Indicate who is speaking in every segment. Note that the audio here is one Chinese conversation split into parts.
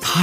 Speaker 1: 他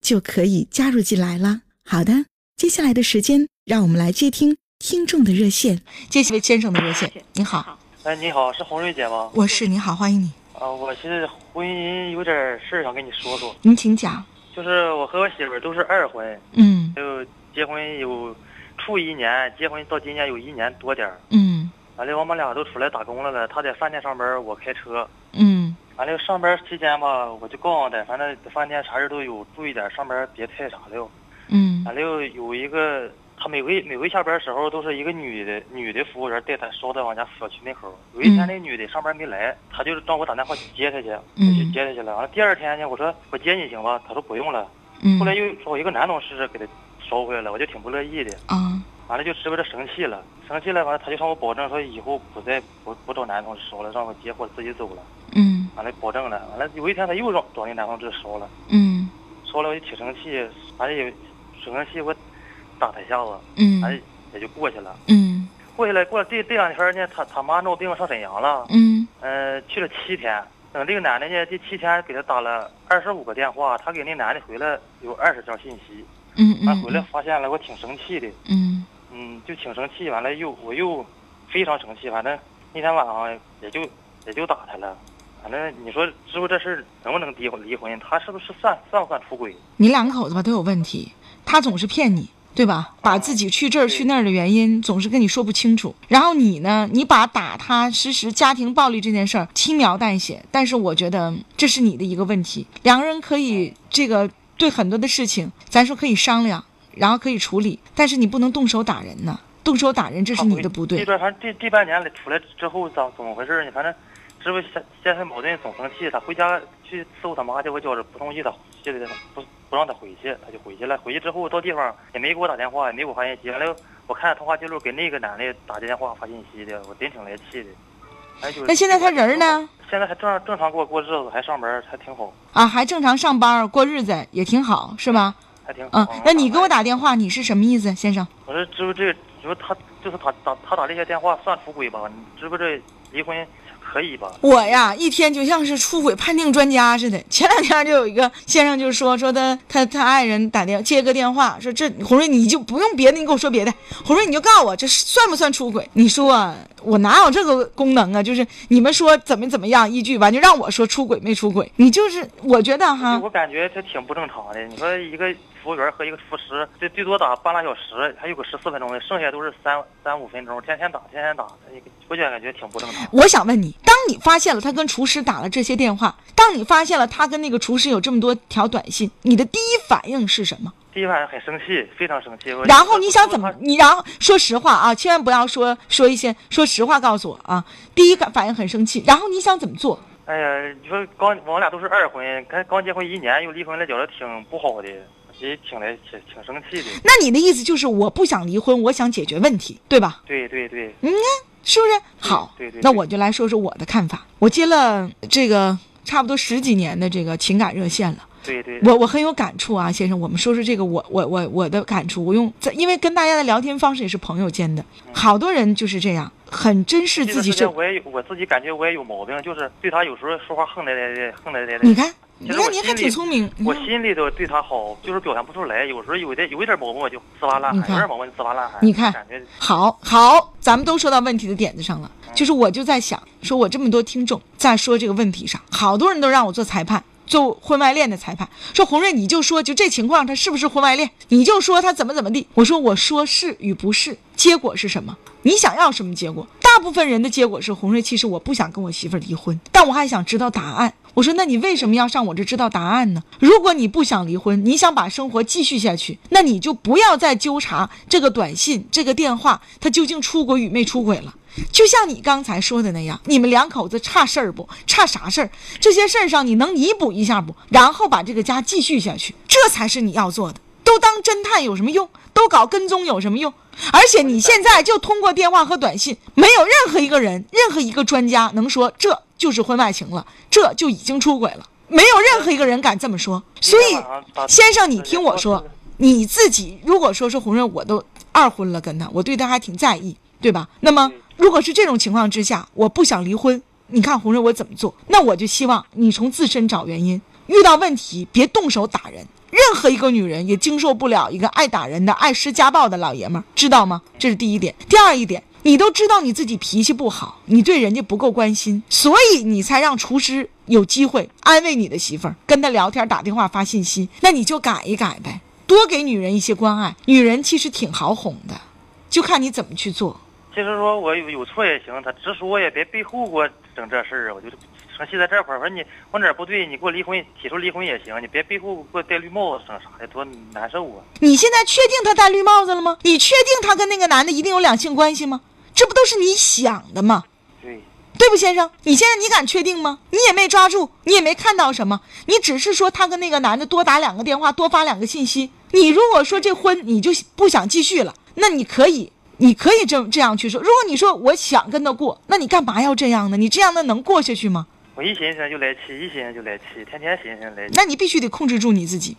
Speaker 2: 就可以加入进来了。好的，接下来的时间，让我们来接听听众的热线。这是位先生的热线，您好，
Speaker 3: 哎，你好，是洪瑞姐吗？
Speaker 2: 我是你好，欢迎你，
Speaker 3: 啊，我现在婚姻有点事儿想跟你说说，
Speaker 2: 您请讲。
Speaker 3: 就是我和我媳妇儿都是二婚，
Speaker 2: 嗯
Speaker 3: 就结婚有处一年，结婚到今年有一年多点儿。
Speaker 2: 嗯
Speaker 3: 完了，我们俩都出来打工来了，她在饭店上班，我开车。
Speaker 2: 嗯
Speaker 3: 完了，上班期间吧，我就告诉她，反正饭店啥事儿都有，注意点，上班别太啥了。
Speaker 2: 嗯
Speaker 3: 完了，有一个，她每回每回下班时候都是一个女的女的服务员带她捎她往家小区门口。有一天
Speaker 2: 嗯
Speaker 3: 那女的上班没来，她就让我打电话去接她去，我
Speaker 2: 嗯
Speaker 3: 去接她去了。完了第二天呢，我说我接你行吧，她说不用了。
Speaker 2: 嗯
Speaker 3: 后来又找一个男同事给她捎回来了，我就挺不乐意的。
Speaker 2: 啊
Speaker 3: 完了就直不着生气了，生气了完了他就向我保证说以后不再不不找男同事熟了，让我结婚自己走了。
Speaker 2: 嗯
Speaker 3: 完了保证了，完了有一天他又让找那男同事熟了，
Speaker 2: 嗯
Speaker 3: 熟了我就挺生气，完了也挺生气，我打他一下子，
Speaker 2: 嗯
Speaker 3: 完了哎也就过去了。
Speaker 2: 嗯
Speaker 3: 过去了，过了这这两天呢，他他妈闹病上沈阳了，
Speaker 2: 嗯
Speaker 3: 呃，去了七天。等这个男的呢，这七天给他打了二十五个电话，他给那男的回了有二十条信息，
Speaker 2: 嗯
Speaker 3: 完啊回来发现了，我挺生气的。
Speaker 2: 嗯
Speaker 3: 嗯，就挺生气，完了又我又非常生气，反正那天晚上也就也就打他了。反正你说知不这事儿能不能离婚？离婚，他是不是算算不算出轨？
Speaker 4: 你两口子吧都有问题，他总是骗你，对吧？把自己去这儿
Speaker 3: 对
Speaker 4: 去那儿的原因总是跟你说不清楚。然后你呢，你把打他实施家庭暴力这件事儿轻描淡写，但是我觉得这是你的一个问题。两个人可以这个对很多的事情，咱说可以商量，然后可以处理，但是你不能动手打人呐，动手打人这是你的不
Speaker 3: 这
Speaker 4: 哦对。
Speaker 3: 段反正这这半年来出来之后咋怎么回事呢？反正知不现现在矛盾总生气，他回家去伺候他妈去，我觉着不同意他现在不不让他回去，他就回去了。回去之后到地方也没给我打电话，也没给我发信息。完了我看通话记录给那个男的打电话发信息的，我真挺来气的。哎就是
Speaker 4: 那现在他人儿呢？
Speaker 3: 现在还正常正常过过日子，还上班，还挺好，
Speaker 4: 啊，还正常上班过日子也挺好，是吧？
Speaker 3: 还挺好。
Speaker 4: 嗯，那你给我，打电话，你是什么意思，先生？
Speaker 3: 我说知不这，你说他就是他打他打这些电话算出轨吧？你知不这离婚可以吧？
Speaker 4: 我呀，一天就像是出轨判定专家似的。 前两天就有一个先生就说说他他他爱人打电接个电话，说这红瑞你就不用别的，你跟我说别的，红瑞你就告诉我这算不算出轨？你说、我哪有这个功能啊？就是你们说怎么怎么样，依据完就让我说出轨没出轨？你就是我觉得哈，
Speaker 3: 我感觉这挺不正常的。你说一个服务员和一个厨师，这最多打半拉小时，还有个十四分钟的，剩下都是三三五分钟，天天打，天天打，我觉得感觉挺不正常。
Speaker 4: 我想问你，当你发现了他跟厨师打了这些电话，当你发现了他跟那个厨师有这么多条短信，你的第一反应是什么？
Speaker 3: 第一反应很生气，非常生气。我
Speaker 4: 然后你想怎么
Speaker 3: 我？
Speaker 4: 你然后说实话啊，千万不要说说一些说实话告诉我啊。第一个反应很生气，然后你想怎么做？
Speaker 3: 哎呀，你说刚我俩都是二婚，刚刚结婚一年又离婚了，觉得挺不好的，也挺来挺挺生气的。
Speaker 4: 那你的意思就是我不想离婚，我想解决问题，对吧？
Speaker 3: 对对对，
Speaker 4: 嗯是不是？好
Speaker 3: 对对对，
Speaker 4: 那我就来说说我的看法。我接了这个差不多十几年的这个情感热线了。
Speaker 3: 对对，
Speaker 4: 我我很有感触啊，先生。我们说说这个我我我我的感触。我用在因为跟大家的聊天方式也是朋友间的，好多人就是这样，很珍视
Speaker 3: 嗯这
Speaker 4: 自
Speaker 3: 段
Speaker 4: 己是
Speaker 3: 时间。我也有我自己感觉我也有毛病，就是对他有时候说话横来来的，横来来的。
Speaker 4: 你看，你
Speaker 3: 其实我
Speaker 4: 看，您还
Speaker 3: 心里
Speaker 4: 挺聪明。你
Speaker 3: 我
Speaker 4: 看
Speaker 3: 心里头对他好，就是表现不出来。有时候有点有一点毛病我就呲哇乱
Speaker 4: 你
Speaker 3: 喊，有
Speaker 4: 看
Speaker 3: 点毛病就呲哇乱喊。
Speaker 4: 你看
Speaker 3: 感觉
Speaker 4: 好好，咱们都说到问题的点子上了。就是我就在想，说我这么多听众在说这个问题上，好多人都让我做裁判，做婚外恋的裁判，说红瑞你就说就这情况他是不是婚外恋，你就说他怎么怎么地。我说我说是与不是，结果是什么？你想要什么结果？大部分人的结果是红瑞，其实我不想跟我媳妇儿离婚，但我还想知道答案。我说那你为什么要上我这知道答案呢？如果你不想离婚，你想把生活继续下去，那你就不要再纠查这个短信、这个电话，他究竟出轨与没出轨了。就像你刚才说的那样，你们两口子差事儿不？差啥事儿？这些事儿上你能弥补一下不？然后把这个家继续下去，这才是你要做的。都当侦探有什么用？都搞跟踪有什么用？而且你现在就通过电话和短信，没有任何一个人、任何一个专家能说这就是婚外情了，这就已经出轨了，没有任何一个人敢这么说。所以，先生，你听我说，你自己如果说是红润，我都二婚了，跟他，我对他还挺在意，对吧？那么。如果是这种情况之下，我不想离婚，你看红瑞我怎么做？那我就希望你从自身找原因，遇到问题别动手打人。任何一个女人也经受不了一个爱打人的、爱施家暴的老爷们儿，知道吗？这是第一点。第二一点，你都知道你自己脾气不好，你对人家不够关心，所以你才让厨师有机会安慰你的媳妇儿，跟她聊天、打电话、发信息。那你就改一改呗，多给女人一些关爱。女人其实挺好哄的，就看你怎么去做。
Speaker 3: 其实说我有有错也行，他直说也别背后给我整这事儿啊！我就生气在这块儿，我说你我哪儿不对，你给我离婚，提出离婚也行，你别背后给我戴绿帽子，整啥呀，多难受啊！
Speaker 4: 你现在确定他戴绿帽子了吗？你确定他跟那个男的一定有两性关系吗？这不都是你想的吗？
Speaker 3: 对，
Speaker 4: 对不，先生，你现在你敢确定吗？你也没抓住，你也没看到什么，你只是说他跟那个男的多打两个电话，多发两个信息。你如果说这婚你就不想继续了，那你可以。你可以这这样去说，如果你说我想跟他过，那你干嘛要这样呢？你这样的能过下去吗？
Speaker 3: 我一寻思就来气，一寻思就来气，天天寻思来气。
Speaker 4: 那你必须得控制住你自己，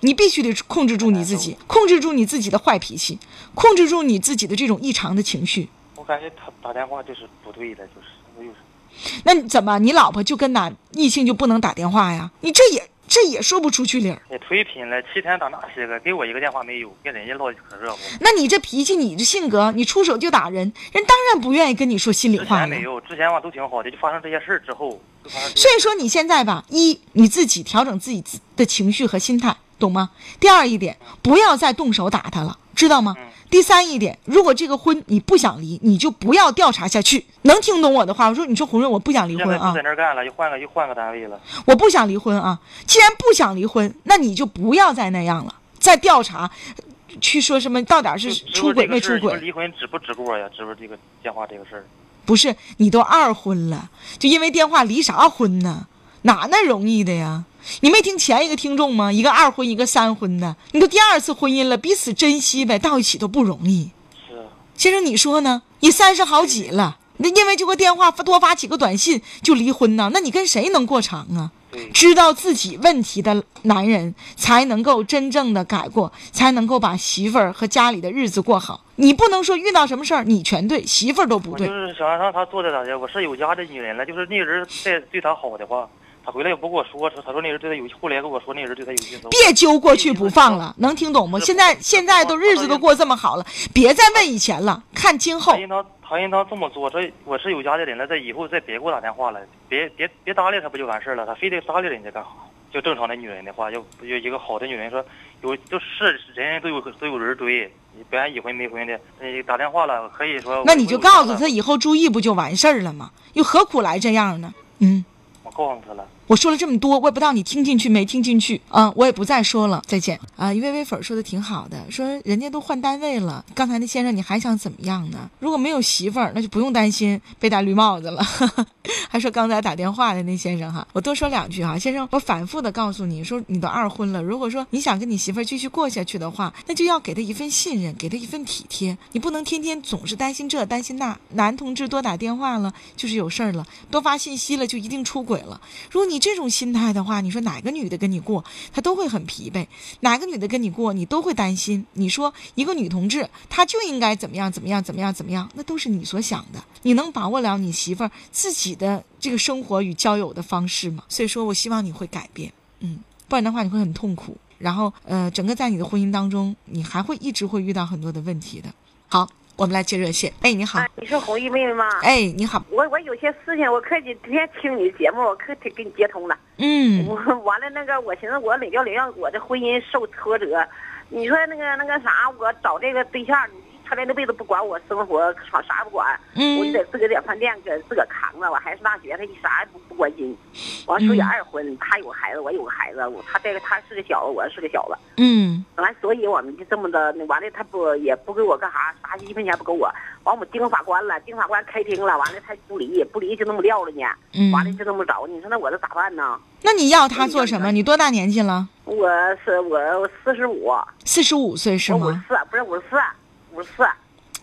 Speaker 4: 你必须得控制住你自己，控制住你自己的坏脾气，控制住你自己的这种异常的情绪。
Speaker 3: 我感觉他打电话就是不对的，就是哎我有
Speaker 4: 那你怎么？你老婆就跟哪异性就不能打电话呀？你这也这也说不出去理儿。
Speaker 3: 也忒拼了，七天打那些个，给我一个电话没有，跟人家唠啊可热乎。
Speaker 4: 那你这脾气，你这性格，你出手就打人，人当然不愿意跟你说心里
Speaker 3: 之
Speaker 4: 话
Speaker 3: 前
Speaker 4: 了
Speaker 3: 没。有，之前吧都挺好的，就发生这些事儿之后，就发生这些
Speaker 4: 所以说你现在吧，一你自己调整自己自的情绪和心态，懂吗？第二一点，不要再动手打他了，知道吗
Speaker 3: 嗯？
Speaker 4: 第三一点，如果这个婚你不想离，你就不要调查下去。能听懂我的话？我说，你说红润，我不想离
Speaker 3: 现
Speaker 4: 婚
Speaker 3: 在
Speaker 4: 啊
Speaker 3: 不在，那儿干了，又换个又换个单位了。
Speaker 4: 我不想离婚啊。既然不想离婚，那你就不要再那样了，再调查，去说什么到底是
Speaker 3: 就
Speaker 4: 出轨没出
Speaker 3: 你
Speaker 4: 轨
Speaker 3: 们？离婚值不值过呀？值不这个电话这个事儿？
Speaker 4: 不是，你都二婚了，就因为电话离啥婚呢？哪那容易的呀？你没听前一个听众吗？一个二婚，一个三婚的，你都第二次婚姻了，彼此珍惜呗，到一起都不容易。
Speaker 3: 是啊，
Speaker 4: 先生，你说呢？你三十好几了，那因为这个电话多发几个短信就离婚呢？那你跟谁能过长啊？
Speaker 3: 对，
Speaker 4: 知道自己问题的男人，才能够真正的改过，才能够把媳妇儿和家里的日子过好。你不能说遇到什么事儿你全对，媳妇儿都不
Speaker 3: 我
Speaker 4: 对
Speaker 3: 就。是想让他做的咋的？我是有家的女人了，就是那个人在对他好的话，他回来也不跟我说，他说那人对他有，后来跟我说那人对他有意思。
Speaker 4: 别揪过去不放了，能听懂吗？现在现在都日子都过这么好了，别再问以前了，看今后
Speaker 3: 他。应当他应当这么做，这我是有家的人了，这以后再别给我打电话了，别别别搭理他不就完事儿了？他非得搭理人家干啥？就正常的女人的话，要有一个好的女人说，有就是人人都有都有人追，你别俺已婚没婚的，你打电话了可以说
Speaker 4: 那你就告诉他
Speaker 3: 我有家了
Speaker 4: 以后注意不就完事儿了吗？又何苦来这样呢？嗯，
Speaker 3: 我告诉他了。
Speaker 4: 我说了这么多，我也不知道你听进去没听进去啊、我也不再说了，再见啊！一位微粉说的挺好的，说人家都换单位了，刚才那先生你还想怎么样呢？如果没有媳妇儿，那就不用担心被戴绿帽子了。 还说刚才打电话的那先生哈，我多说两句哈，先生，我反复的告诉你说，你都二婚了，如果说你想跟你媳妇儿继续过下去的话，那就要给她一份信任，给她一份体贴，你不能天天总是担心这担心那。男同志多打电话了就是有事儿了，多发信息了就一定出轨了。如果你这种心态的话，你说哪个女的跟你过，她都会很疲惫；哪个女的跟你过，你都会担心。你说一个女同志，她就应该怎么样怎么样怎么样怎么样，那都是你所想的。你能把握了你媳妇儿自己的这个生活与交友的方式吗？所以说我希望你会改变，嗯，不然的话你会很痛苦。然后，呃，整个在你的婚姻当中，你还会一直会遇到很多的问题的。好，我们来接热线。哎，你好，
Speaker 5: 啊，你是红玉妹妹吗？
Speaker 4: 哎，你好，
Speaker 5: 我我有些事情，我可几天听你节目，我可得给你接通了。
Speaker 4: 嗯
Speaker 5: 我完了那个，我寻思我领教领教我这婚姻受挫折。你说那个那个啥，我找这个对象，他这辈子不管我生活，啥啥也不管，我就
Speaker 4: 嗯
Speaker 5: 得自个儿在饭店搁自个儿扛着。我还是大学，他一啥也不不关心。完属于
Speaker 4: 嗯
Speaker 5: 二婚，他有孩子，我有个孩子，我他这个他是个小子，我是个小子。
Speaker 4: 嗯
Speaker 5: 完，所以我们就这么的，完了他不也不给我干啥，啥一分钱不给我。完，我们盯法官了，盯法官开庭了，完了他不离，不离就那么撂了呢。完了
Speaker 4: 嗯，
Speaker 5: 就那么着，你说那我这咋办呢？
Speaker 4: 那你要他做什么？你多大年纪了？
Speaker 5: 我是我四十五，
Speaker 4: 四十五岁是
Speaker 5: 我五十
Speaker 4: 吗？
Speaker 5: 四，不是五十四，五十四。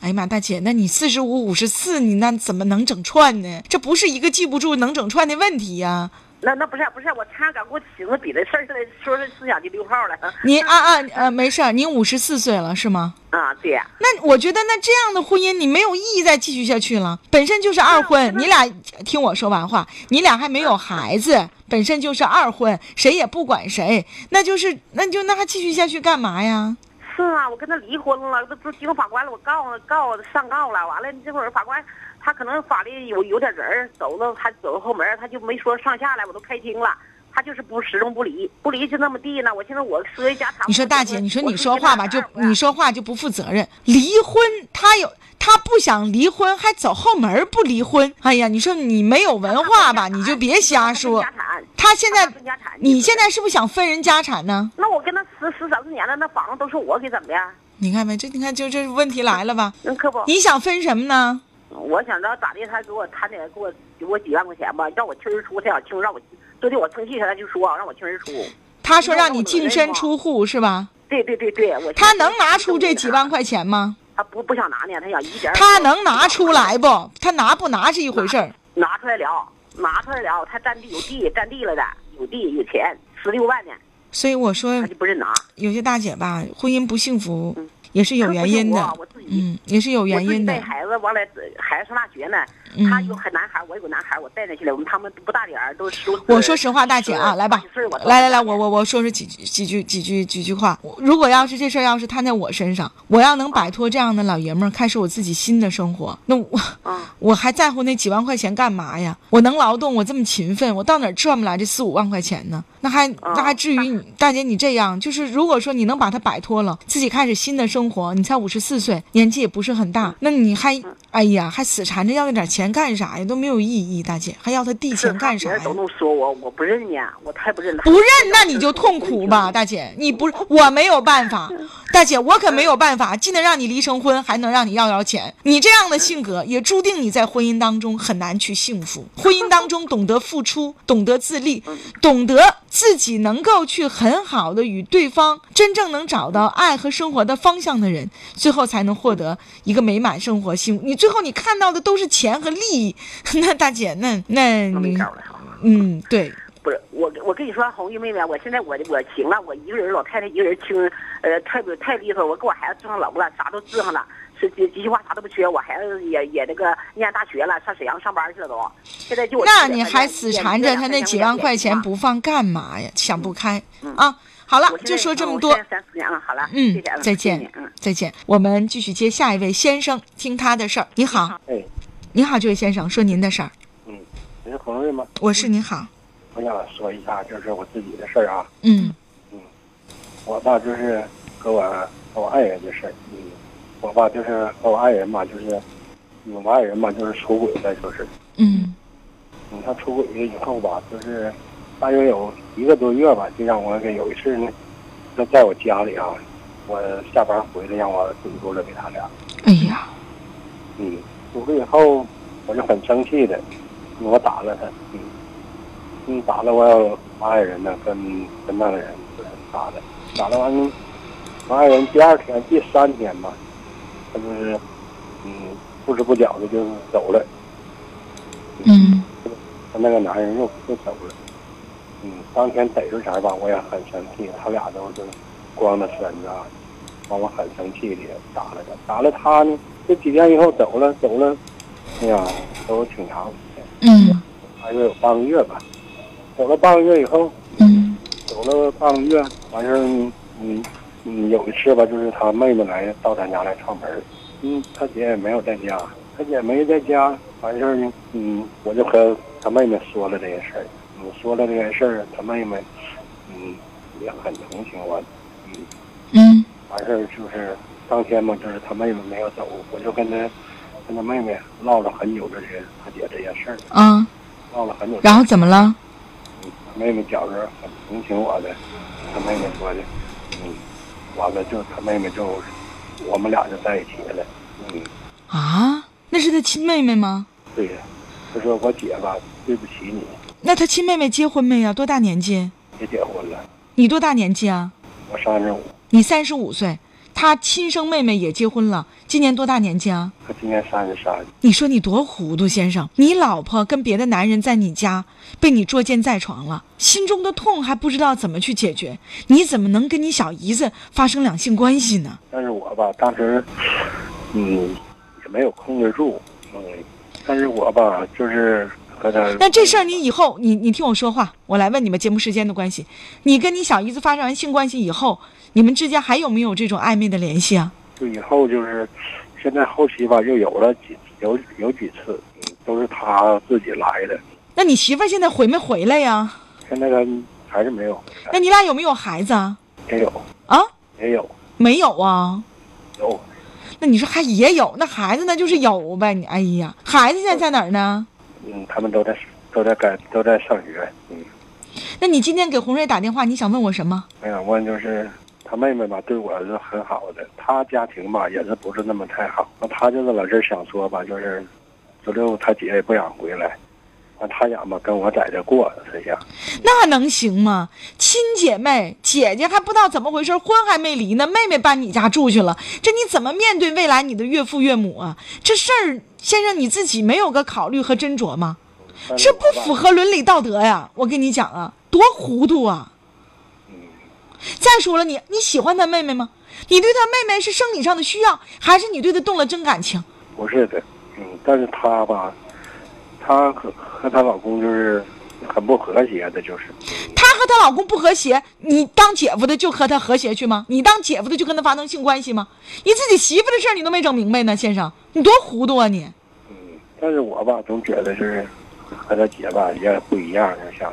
Speaker 4: 哎呀妈，大姐，那你四十五、五十四，你那怎么能整串呢？这不是一个记不住能整串的问题呀、
Speaker 5: 那那不是不是，我差点赶给我寻思比这事儿了，说这思想就溜号了。
Speaker 4: 您啊啊呃，没事儿，您五十四岁了是吗？
Speaker 5: 啊，对，
Speaker 4: 那我觉得那这样的婚姻你没有意义再继续下去了，本身就是二婚。你俩听我说完话，你俩还没有孩子，本身就是二婚，谁也不管谁，那就是那就那还继续下去干嘛呀？
Speaker 5: 是啊，我跟他离婚了，这不是经法官了，我告告上告了。完了这会儿法官他可能法律有有点人儿，走到他走到后门儿，他就没说上下来，我都开庭了。他就是不始终不离，不离就那么地呢。我现在我说一家常，
Speaker 4: 你说大姐，你说你说话吧，就哎你说话就不负责任。离婚，他有他不想离婚，还走后门儿不离婚。哎呀，你说你没有文化吧，你就别瞎说
Speaker 5: 家。产，
Speaker 4: 他现在
Speaker 5: 他分家产，
Speaker 4: 你现在是不是想分人家产呢？
Speaker 5: 那我跟他十十三四年了，那房子都是我给怎么的？
Speaker 4: 你看没？这你看就这问题来了吧？
Speaker 5: 那可不，
Speaker 4: 你想分什么呢？
Speaker 5: 我想着咋的，他给我他得给我给我几万块钱吧，让我清出，他想清，让我昨天我生气，他就说让我清出。
Speaker 4: 他说让你净身出户是吧？
Speaker 5: 对对对对，我
Speaker 4: 他能拿出这几万
Speaker 5: 块？
Speaker 4: 块钱吗？
Speaker 5: 他不不想拿呢，他想一点儿
Speaker 4: 他能拿出来不？他拿不拿是一回事儿。
Speaker 5: 拿出来了，拿出来了，他占地有地，占地了的，有地有钱，十六万呢，
Speaker 4: 所以我
Speaker 5: 他
Speaker 4: 说
Speaker 5: 就，不认拿，
Speaker 4: 有些大姐吧，婚姻不幸福
Speaker 5: 嗯
Speaker 4: 也是有哎原因的
Speaker 5: 他不是我我自，己
Speaker 4: 嗯，也是有
Speaker 5: 我
Speaker 4: 原
Speaker 5: 自己
Speaker 4: 因
Speaker 5: 带
Speaker 4: 的。
Speaker 5: 孩子完了，孩子上大学呢，
Speaker 4: 嗯
Speaker 5: 他有个男孩，我有个男孩，我带着去了，我们他们都不大点儿，都十五岁。
Speaker 4: 我说实话，大姐啊，
Speaker 5: 是
Speaker 4: 来吧
Speaker 5: 是我，
Speaker 4: 来来来，我我我说说几句几句几句几句话。我如果要是这事儿要是摊在我身上，我要能摆脱这样的老爷们儿，开始我自己新的生活，那我
Speaker 5: 啊
Speaker 4: 我还在乎那几万块钱干嘛呀？我能劳动，我这么勤奋，我到哪儿赚不来这四五万块钱呢？那还
Speaker 5: 啊
Speaker 4: 那还至于你大姐你这样，就是如果说你能把它摆脱了，自己开始新的生活，你才五十四岁，年纪也不是很大，
Speaker 5: 嗯
Speaker 4: 那你还哎呀还死缠着要那点钱干啥呀？都没有意义，大姐还要他地
Speaker 5: 是
Speaker 4: 钱干啥
Speaker 5: 别
Speaker 4: 呀
Speaker 5: 人？都能说我，我不认呢，我太不认了。
Speaker 4: 不认，那你就痛苦 吧，大姐，你不，我没有办法，大姐，我可没有办法，既能让你离成婚，还能让你要要钱。你这样的性格，也注定你在婚姻当中很难去幸福。婚姻当中懂得付 出，懂得自立，懂得自己能够去很好的与对方真正能找到爱和生活的方向的人，最后才能获得一个美满生活幸福。你最后你看到的都是钱和利益， 那大姐，那那
Speaker 5: 那没
Speaker 4: 你
Speaker 5: 招，了。
Speaker 4: 嗯，对。
Speaker 5: 不是我，我跟你说，啊红玉妹妹，我现在我我行了，我一个人，老太太一个人轻，呃，太不太利索，我给我孩子治上楼了，啥都治上了，是几几句话啥都不缺，我孩子也也那个念大学了，上沈阳上班去了都。现在就我
Speaker 4: 那
Speaker 5: 自己
Speaker 4: 你
Speaker 5: 在
Speaker 4: 还
Speaker 5: 家
Speaker 4: 死
Speaker 5: 一天
Speaker 4: 缠
Speaker 5: 挣
Speaker 4: 着
Speaker 5: 两
Speaker 4: 他
Speaker 5: 三
Speaker 4: 那
Speaker 5: 千
Speaker 4: 几
Speaker 5: 块
Speaker 4: 万块钱
Speaker 5: 吧
Speaker 4: 不放干嘛呀？想不开啊！好了
Speaker 5: 啊我，现
Speaker 4: 就
Speaker 5: 在
Speaker 4: 说这
Speaker 5: 嗯
Speaker 4: 么
Speaker 5: 我
Speaker 4: 多
Speaker 5: 现。在三四年了，好了，
Speaker 4: 嗯
Speaker 5: 谢谢啊，
Speaker 4: 再
Speaker 5: 谢谢
Speaker 4: 见
Speaker 5: 你嗯，，
Speaker 4: 再见。我们继续接下一位先生，听他的事儿。你好，
Speaker 6: 哎，
Speaker 4: 你好，这位先生，说您的事儿。
Speaker 6: 嗯你是红瑞吗？
Speaker 4: 我是你好，
Speaker 6: 我想说一下，就是我自己的事儿啊。
Speaker 4: 嗯
Speaker 6: 我吧，就是和我和我爱人的事儿。嗯，我吧，就是和我爱人嘛，就是嗯我爱人嘛，就是出轨了，就是
Speaker 4: 嗯
Speaker 6: 嗯，他出轨了以后吧，就是大约有一个多月吧，就让我给有一次呢，他在我家里啊，我下班回来让我堵住了给他俩。
Speaker 4: 哎呀，
Speaker 6: 嗯，出了以后我就很生气的，我打了他，嗯，嗯，打了我爱人呢，跟跟那个人就是打的，打了完，我爱人第二天、第三天吧，他就是嗯不知不觉的就走了，
Speaker 4: 嗯
Speaker 6: 他那个男人又又走了，嗯，当天逮住前吧，我也很生气，他俩都是光着身子啊，完我很生气的打了他，打了他呢，这几天以后走了走了，哎呀，都挺长时间，
Speaker 4: 嗯
Speaker 6: 大约有半个月吧，走了半个月以后，
Speaker 4: 嗯
Speaker 6: 走了半个月，完事儿，嗯嗯，有一次吧，就是他妹妹来到咱家来串门儿，嗯，他姐也没有在家，他姐没在家，完事儿呢，嗯，我就和他妹妹说了这个事儿，我说了这个事儿，他妹妹，嗯，也很同情我，嗯，
Speaker 4: 嗯
Speaker 6: 完事儿就是当天嘛，就是他妹妹没有走，我就跟他跟他妹妹唠了很久这些他姐这些事儿，
Speaker 4: 啊，
Speaker 6: 唠了很久。
Speaker 4: 然后怎么了？
Speaker 6: 他妹妹觉着很同情我的，他妹妹说的，嗯，完了就他妹妹就我们俩就在一起了，嗯，
Speaker 4: 啊，那是他亲妹妹吗？
Speaker 6: 对呀，他说我姐吧对不起你，
Speaker 4: 那他亲妹妹结婚没呀？多大年纪？
Speaker 6: 也结婚了，
Speaker 4: 你多大年纪啊？
Speaker 6: 我三十五，
Speaker 4: 你三十五岁，他亲生妹妹也结婚了，今年多大年纪啊？
Speaker 6: 她今年三十三，
Speaker 4: 你说你多糊涂，先生！你老婆跟别的男人在你家被你捉奸在床了，心中的痛还不知道怎么去解决，你怎么能跟你小姨子发生两性关系呢？
Speaker 6: 但是我吧当时，嗯，也没有控制住，嗯，但是我吧就是和他，
Speaker 4: 那这事儿你以后，你你听我说话，我来问你们节目时间的关系。你跟你小姨子发生完性关系以后，你们之间还有没有这种暧昧的联系啊？
Speaker 6: 就以后就是现在后期吧又有了几有有几次，嗯，都是他自己来的。
Speaker 4: 那你媳妇儿现在回没回来呀？
Speaker 6: 现在他还是没有，
Speaker 4: 那你俩有没有孩子啊？
Speaker 6: 也有，
Speaker 4: 啊，
Speaker 6: 也有，
Speaker 4: 没有啊？
Speaker 6: 有
Speaker 4: 那你说还也有，那孩子那就是有呗。你哎呀，孩子现在在哪儿呢？
Speaker 6: 嗯，他们都在都在干都在上学，嗯，
Speaker 4: 那你今天给洪瑞打电话，你想问我什么？
Speaker 6: 我想问就是他妹妹吧，对我是很好的，他家庭吧也是不是那么太好，那他就是老是想说吧，就是周六他姐也不想回来，完他想吧跟我在这过，他想，
Speaker 4: 那能行吗？亲姐妹，姐姐还不知道怎么回事，婚还没离呢，妹妹搬你家住去了，这你怎么面对未来你的岳父岳母啊？这事儿，先生你自己没有个考虑和斟酌吗？
Speaker 6: 但是
Speaker 4: 这
Speaker 6: 我
Speaker 4: 不
Speaker 6: 吧
Speaker 4: 符，合伦理道德呀！我跟你讲啊，多糊涂啊！
Speaker 6: 嗯，
Speaker 4: 再说了你，你喜欢他妹妹吗？你对他妹妹是生理上的需要，还是你对他动了真感情？
Speaker 6: 不是的，嗯，但是他吧，他和和她老公就是很不和谐的，就是，嗯
Speaker 4: 她和她老公不和谐，你当姐夫的就和他和谐去吗？你当姐夫的就跟他发生性关系吗？你自己媳妇的事儿你都没整明白呢，先生，你多糊涂啊你！
Speaker 6: 嗯，但是我吧，总觉得就是和他姐吧也不一样，就像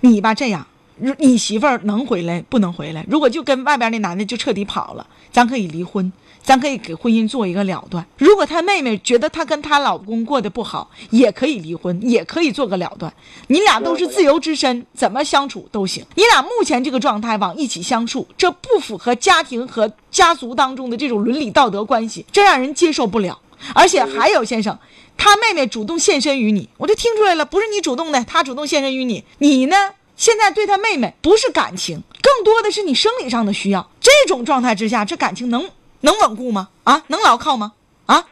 Speaker 4: 你吧这样，如你媳妇儿能回来不能回来？如果就跟外边那男的就彻底跑了，咱可以离婚，咱可以给婚姻做一个了断。如果她妹妹觉得她跟她老公过得不好，也可以离婚，也可以做个了断。你俩都是自由之身，怎么相处都行。你俩目前这个状态往一起相处，这不符合家庭和家族当中的这种伦理道德关系，这让人接受不了。而且还有先生，他妹妹主动献身于你，我就听出来了，不是你主动的，他主动献身于你。你呢，现在对他妹妹不是感情，更多的是你生理上的需要。这种状态之下，这感情能能稳固吗？啊，能牢靠吗？啊，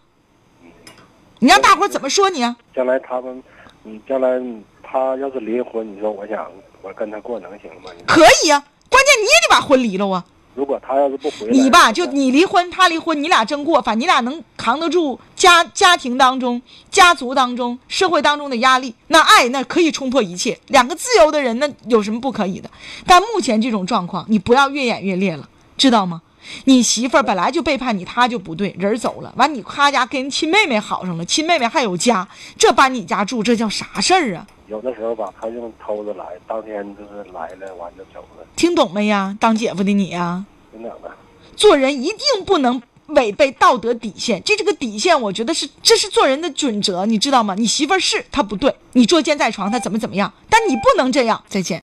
Speaker 4: 你让大伙儿怎么说你啊？
Speaker 6: 将来他们，嗯，将来他要是离婚，你说我想我跟他过能行吗？你说
Speaker 4: 可以啊，关键你也得把婚离了啊。
Speaker 6: 如果他要是不回来，
Speaker 4: 你吧，就
Speaker 6: 那
Speaker 4: 你离婚，他离婚，你俩争过，反正你俩能扛得住家家庭当中、家族当中、社会当中的压力。那爱那可以冲破一切，两个自由的人，那有什么不可以的？但目前这种状况，你不要越演越烈了，知道吗？你媳妇儿本来就背叛你，她就不对，人走了，完你咔家跟亲妹妹好上了，亲妹妹还有家，这搬你家住，这叫啥事儿啊？
Speaker 6: 有的时候吧，他就偷着来，当天就是来了，完就走了，
Speaker 4: 听懂没呀，当姐夫的你啊呀、
Speaker 6: 真的呢。
Speaker 4: 做人一定不能违背道德底线，这这个底线，我觉得是这是做人的准则，你知道吗？你媳妇儿是她不对，你捉奸在床，她怎么怎么样，但你不能这样。再见。